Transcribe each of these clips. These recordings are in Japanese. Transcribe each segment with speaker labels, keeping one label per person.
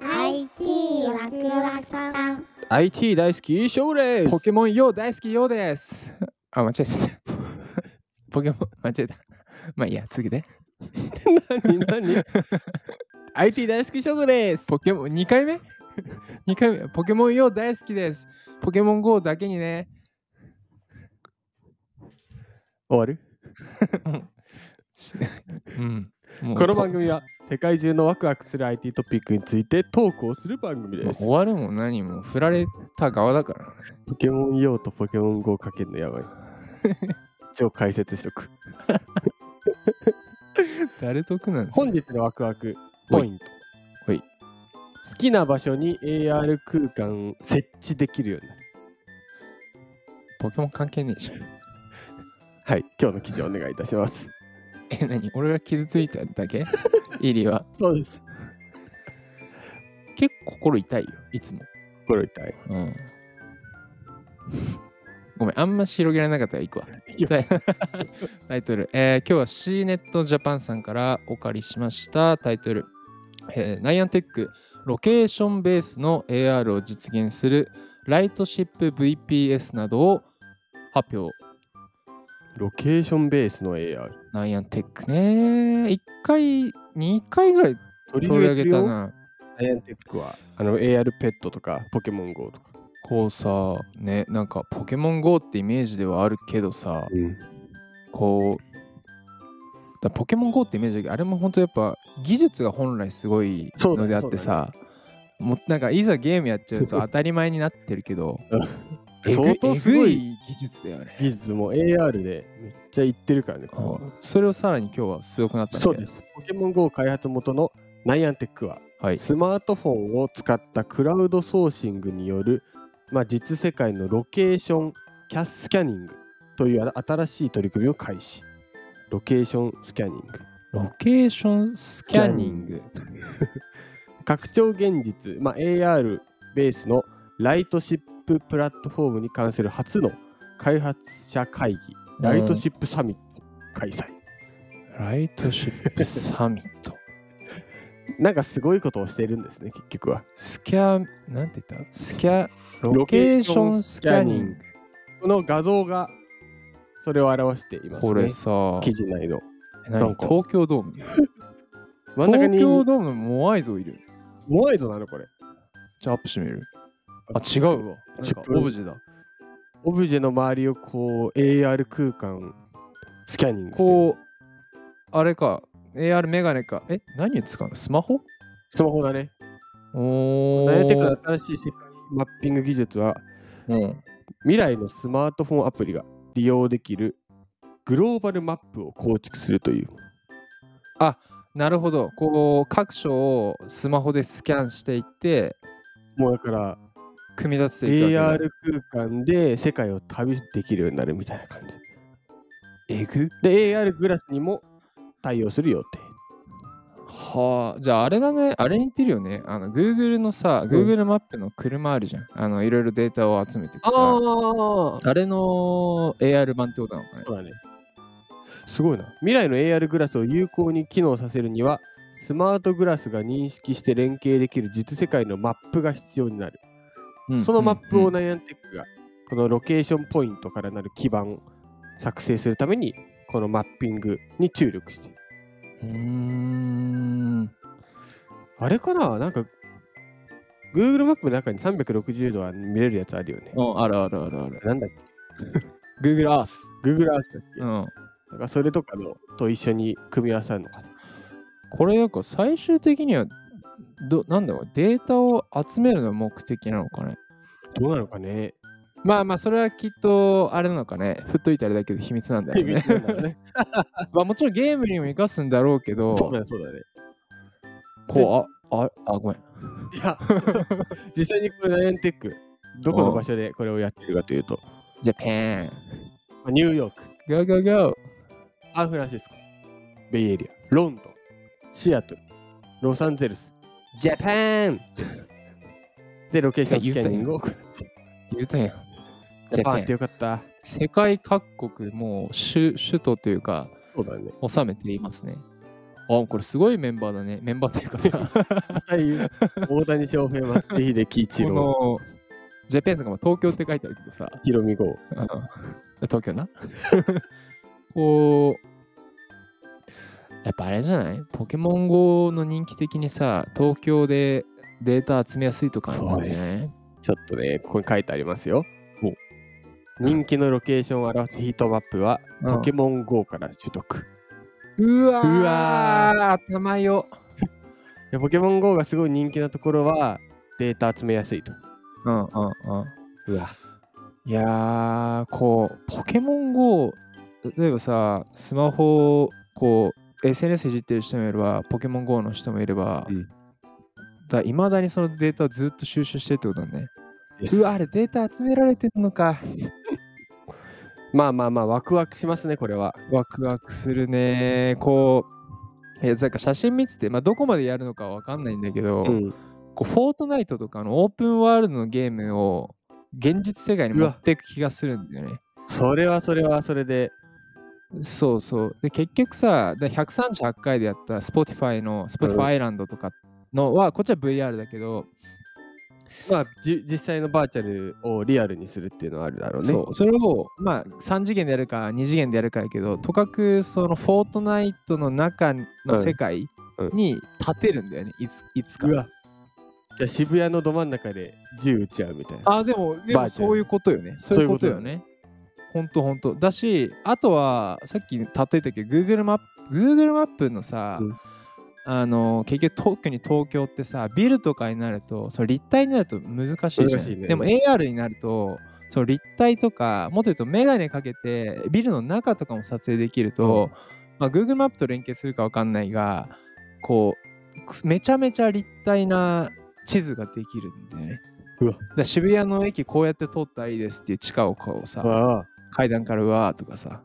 Speaker 1: IT ワクワクさん
Speaker 2: IT 大好き翔です
Speaker 3: ポケモンよう大好きようです。 あ、間違えちゃった。 ポケモン、間違えた。まあいいや、次で。
Speaker 2: 何 何 IT 大好き翔です
Speaker 3: ポケモン、2回 目 ?2 回目。ポケモンよう大好きです。ポケモン GO だけにね。
Speaker 2: 終わる
Speaker 3: し うん。もう
Speaker 2: この番組は世界中のワクワクする IT トピックについてトークをする番組
Speaker 3: とま
Speaker 2: で
Speaker 3: あ
Speaker 2: す
Speaker 3: 終わるも何も振られた側だから。
Speaker 2: ポケモン用とポケモン GO かけるのやば い一応解説しとく
Speaker 3: 誰得なんですか
Speaker 2: 本日のワクワクポイント
Speaker 3: ほい
Speaker 2: 好きな場所に AR 空間設置できるようになる
Speaker 3: ポケモン関係ねえじゃん。
Speaker 2: はい今日の記事お願いいたします
Speaker 3: え、何俺が傷ついただ けイリは。
Speaker 2: そうです
Speaker 3: 結構心痛いよ、いつも。
Speaker 2: 心痛い
Speaker 3: うん。ごめん、あんまし広げられなかったら行くわ。
Speaker 2: いいよ
Speaker 3: タイ タイトル、えー今日は C ネットジャパンさんからお借りしましたタイトル、えーナイアンテックロケーションベースの AR を実現するライトシップ VPS などを発表。
Speaker 2: ロケーションベースの AR
Speaker 3: ナイアンテックね。1回、2回ぐらい
Speaker 2: 取
Speaker 3: 取り上げたな。
Speaker 2: アイアンテックはあの AR ペットとかポケモン GO とか、
Speaker 3: こうさ、ね、なんかポケモン GO ってイメージではあるけどさ、こうだポケモン GO ってイメージだけどあれも本当やっぱ技術が本来すごい
Speaker 2: そうだ
Speaker 3: の
Speaker 2: ね
Speaker 3: であってさ、もうなんかいざゲームやっちゃうと当たり前になってるけどえぐ
Speaker 2: 相当すご
Speaker 3: えぐ
Speaker 2: い
Speaker 3: い技術だよね、
Speaker 2: 技術も AR でめっちゃいってるからねここは
Speaker 3: それをさらに今日はすごくなった
Speaker 2: そうですポケモン GO 開発元のナイアンテックは、
Speaker 3: はい
Speaker 2: スマートフォンを使ったクラウドソーシングによる、まあ、実世界のロケーションキャスキャニングという新しい取り組みを開始ロケーションスキャニング
Speaker 3: ロケーションスキャニング
Speaker 2: 拡張現実、まあ、AR ベースのライトシッププラットフォームに関する初の開発者会議、
Speaker 3: うん
Speaker 2: ライトシップサミット開催。
Speaker 3: ライトシップサミット
Speaker 2: なんかすごいことをしているんですね、結局は。
Speaker 3: スキャなんて言ったスキャロ
Speaker 2: ロ
Speaker 3: ケ
Speaker 2: ケ
Speaker 3: ー
Speaker 2: ー
Speaker 3: シ
Speaker 2: シ
Speaker 3: ョ
Speaker 2: ョ
Speaker 3: ン
Speaker 2: ン
Speaker 3: ス
Speaker 2: ス
Speaker 3: キ
Speaker 2: キ
Speaker 3: ャ
Speaker 2: ャ
Speaker 3: ニ
Speaker 2: ニ
Speaker 3: ン
Speaker 2: ン
Speaker 3: グ
Speaker 2: この画像がそれを表しています
Speaker 3: これ
Speaker 2: ね。
Speaker 3: さ
Speaker 2: 記事内の。な
Speaker 3: 何
Speaker 2: んか
Speaker 3: 東京ドーム
Speaker 2: 真ん中に
Speaker 3: 東京ドームのモアイ像いる
Speaker 2: モアイドなのこれ。
Speaker 3: じゃあアップしてみるあ、違うわ。なんかオブジェだ。
Speaker 2: オブジェの周りをこう AR 空間スキャニングしてる。
Speaker 3: こう、あれか、AR メガネか。え、何に使うのスマホ
Speaker 2: スマホだね。
Speaker 3: おー。
Speaker 2: ナイアンテックの新しい世界マッピング技術は
Speaker 3: うん。
Speaker 2: 未来のスマートフォンアプリが利用できるグローバルマップを構築するという
Speaker 3: なるほど。こう、各所をスマホでスキャンしていって、
Speaker 2: もうだから
Speaker 3: 組み立てていくわ
Speaker 2: AR
Speaker 3: けだ。
Speaker 2: 空間で世界を旅できるようになるみたいな感じ
Speaker 3: えぐ
Speaker 2: で AR グラスにも対応する予定
Speaker 3: はあ、じゃああれだね、あれに似てるよね。あの、Google のさ、
Speaker 2: ん
Speaker 3: Google マップの車あるじゃん。あの、いろいろデータを集めてくさ。
Speaker 2: あ
Speaker 3: あれの AR 版ってことなのかね
Speaker 2: そ。うだねすごいな未来の AR グラスを有効に機能させるにはスマートグラスが認識して連携できる実世界のマップが必要になる
Speaker 3: うん
Speaker 2: そのマップを
Speaker 3: うん
Speaker 2: ナイアンテックが、このロケーションポイントからなる基盤作成するために、このマッピングに注力している。
Speaker 3: うんうーん。
Speaker 2: あれかななんか、Google マップの中に360度は見れるやつあるよね。
Speaker 3: うんあるあるあるある。
Speaker 2: なんだっけ
Speaker 3: Google Earth。
Speaker 2: ?Google Earth だっけ、
Speaker 3: うん。
Speaker 2: なんかそれとかのと一緒に組み合わさるのかな
Speaker 3: これなんか最終的にはど、なんだろう、データを集めるのが目的なのかね。
Speaker 2: どうなのか ね
Speaker 3: まあまあ、それはきっと、あれなのかね。振っといてあれだけど秘密なんだよね。
Speaker 2: そうだね。
Speaker 3: まあもちろんゲームにも生かすんだろうけど、
Speaker 2: そうだね。そうだね
Speaker 3: こう、あ、あ、あ、ごめん。
Speaker 2: いや、 実際にこれナイアンテック、どこの場所でこれをやってるかというと、
Speaker 3: じゃあ、ペーン。
Speaker 2: まあニューヨーク、
Speaker 3: ゴーゴーゴ
Speaker 2: サンフランシスコ、ベイエリア、ロンドン、シアトル、ロサンゼルス、ジャパンです。で、ロケーションスキャニングを行う。
Speaker 3: ー言うたやん。
Speaker 2: ジ
Speaker 3: ジ
Speaker 2: ャ
Speaker 3: ャパ
Speaker 2: パ
Speaker 3: ン
Speaker 2: ンってよかった。
Speaker 3: 世界各国、もう首首都というか、
Speaker 2: そうだね。
Speaker 3: 収めていますね。あ、これすごいメンバーだね。メンバーというかさ、こ
Speaker 2: 対大谷翔平、松井秀喜、一郎、
Speaker 3: のジャパンさんが東京って書いてあるけどさ、
Speaker 2: ヒロミ号。
Speaker 3: あの東京な。 こう、やっぱあれじゃないポケモン GO の人気的にさ、東京でデータ集めやすいとかなんじゃない
Speaker 2: ちょっとね、ここに書いてありますよ。人気のロケーションを表すヒートマップは、
Speaker 3: うん
Speaker 2: ポケモン GO から取得。いう
Speaker 3: わ
Speaker 2: ー
Speaker 3: うわー頭よ。
Speaker 2: やポケモン GO がすごい人気なところは、データ集めやすいと。
Speaker 3: うんうんうん。
Speaker 2: うわ。
Speaker 3: いやー、こう、ポケモン GO、例えばさ、スマホをこう、SNS いじってる人もいれば、ポケモン GO の人もいれば、
Speaker 2: うん
Speaker 3: いまだにそのデータをずっと収集してってことだね。うわ、あれデータ集められてるのか。
Speaker 2: まあまあまあ、ワクワクしますね、これは。
Speaker 3: ワクワクするね。こう、いや、なんか写真見てて、まあ、どこまでやるのかわかんないんだけど、
Speaker 2: うん。
Speaker 3: こうフォートナイトとかのオープンワールドのゲームを現実世界に持っていく気がするんだよね。
Speaker 2: それはそれはそれで。
Speaker 3: そうそう。で、結局さ、で138回でやった Spotify の Spotify アイランドとかのは、こっちは VR だけど、
Speaker 2: まあ、じ実際のバーチャルをリアルにするっていうのはあるだろうね。
Speaker 3: そうそれを、まあ、3次元でやるか2次元でやるかやけど、とかくそのフォートナイトの中の世界に立てるんだよね、いついつか。
Speaker 2: うわ。じゃあ渋谷のど真ん中で銃撃ち合うみたいな。
Speaker 3: あ、でも、で
Speaker 2: バ
Speaker 3: も
Speaker 2: ーチャル
Speaker 3: そういうことよね。そういうことよね。ほんとほんと。だし、あとは、さっき例えたけど、Google マップ、Google マップのさ、
Speaker 2: うん
Speaker 3: あの、結局、特に東京ってさ、ビルとかになると、その立体になると難しいじゃ
Speaker 2: 難
Speaker 3: ん。
Speaker 2: しいね
Speaker 3: でも AR になると、その立体とか、もっと言うとメガネかけて、ビルの中とかも撮影できると、まあ、Google マップと連携するかわかんないが、こう、くすめちゃめちゃ立体な地図ができるんだよね。
Speaker 2: うわ
Speaker 3: だから渋谷の駅こうやって通ったらいいですっていう地下をこうさ、
Speaker 2: わあ
Speaker 3: 階段からうわーとかさ、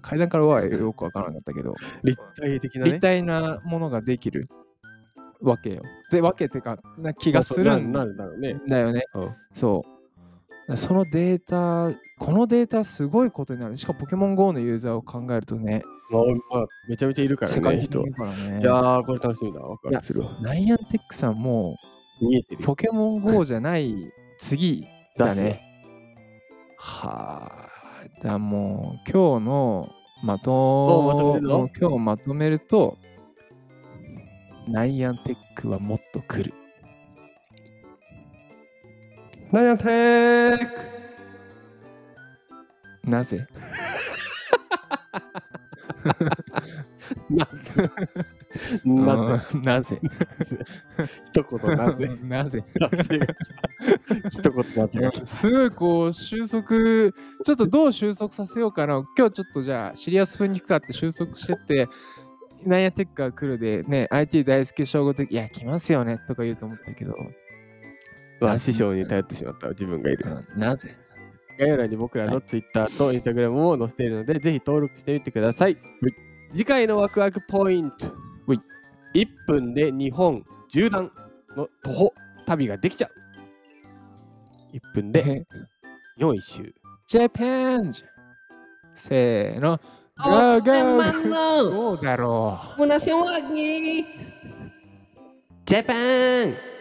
Speaker 3: 階段からうわーはよくわからなかったけど、
Speaker 2: 立体的なね。
Speaker 3: 立体なものができるわけよ。で、わけってか、な気がするん
Speaker 2: なな
Speaker 3: だ
Speaker 2: るだろうね。
Speaker 3: よね。
Speaker 2: うん
Speaker 3: そう。だからそのデータ、このデータすごいことになる。しかもポケモン GO のユーザーを考えるとね、
Speaker 2: まあ、まあ、めちゃめちゃいるから
Speaker 3: 世界
Speaker 2: ね、
Speaker 3: 的に
Speaker 2: 人
Speaker 3: い。るからね
Speaker 2: いや。ー、これ楽しみだ。ワクワクするわ。
Speaker 3: ナイアンテックさんも
Speaker 2: 見えて
Speaker 3: う
Speaker 2: るよ。
Speaker 3: ポケモン GO じゃない次だ
Speaker 2: 出すよ
Speaker 3: ね。。はあ、だもう今日のまと
Speaker 2: おまとめるの
Speaker 3: もう今日まとめると、ナイアンテックはもっと来る。
Speaker 2: ナイアンテック
Speaker 3: なぜ
Speaker 2: なぜなぜ
Speaker 3: うんなぜ
Speaker 2: 一言なぜ
Speaker 3: なぜ
Speaker 2: なぜが来た 一言な ぜが来た
Speaker 3: すごいこう収束、ちょっとどう収束させようかな。今日ちょっとじゃあシリアス風に行くかって収束してって、ナイアンテックが来るで、ね、IT 大好き称号的、いや、来ますよねとか言うと思ったけど、
Speaker 2: まあ師匠に頼ってしまった自分がいる。
Speaker 3: うんなぜ
Speaker 2: 概要欄に僕らの Twitter と Instagram を載せているので、ぜひ登録してみてください。次回のワクワクポイント。
Speaker 3: ほい
Speaker 2: 1分で日本縦断の徒歩旅ができちゃう。1分で
Speaker 3: で、
Speaker 2: 日本一周。
Speaker 3: Japan! せーの。
Speaker 4: Oats and
Speaker 3: Go, go, go.
Speaker 4: Mano!
Speaker 3: どうだろう
Speaker 4: Munasnya lagi.
Speaker 2: Japan!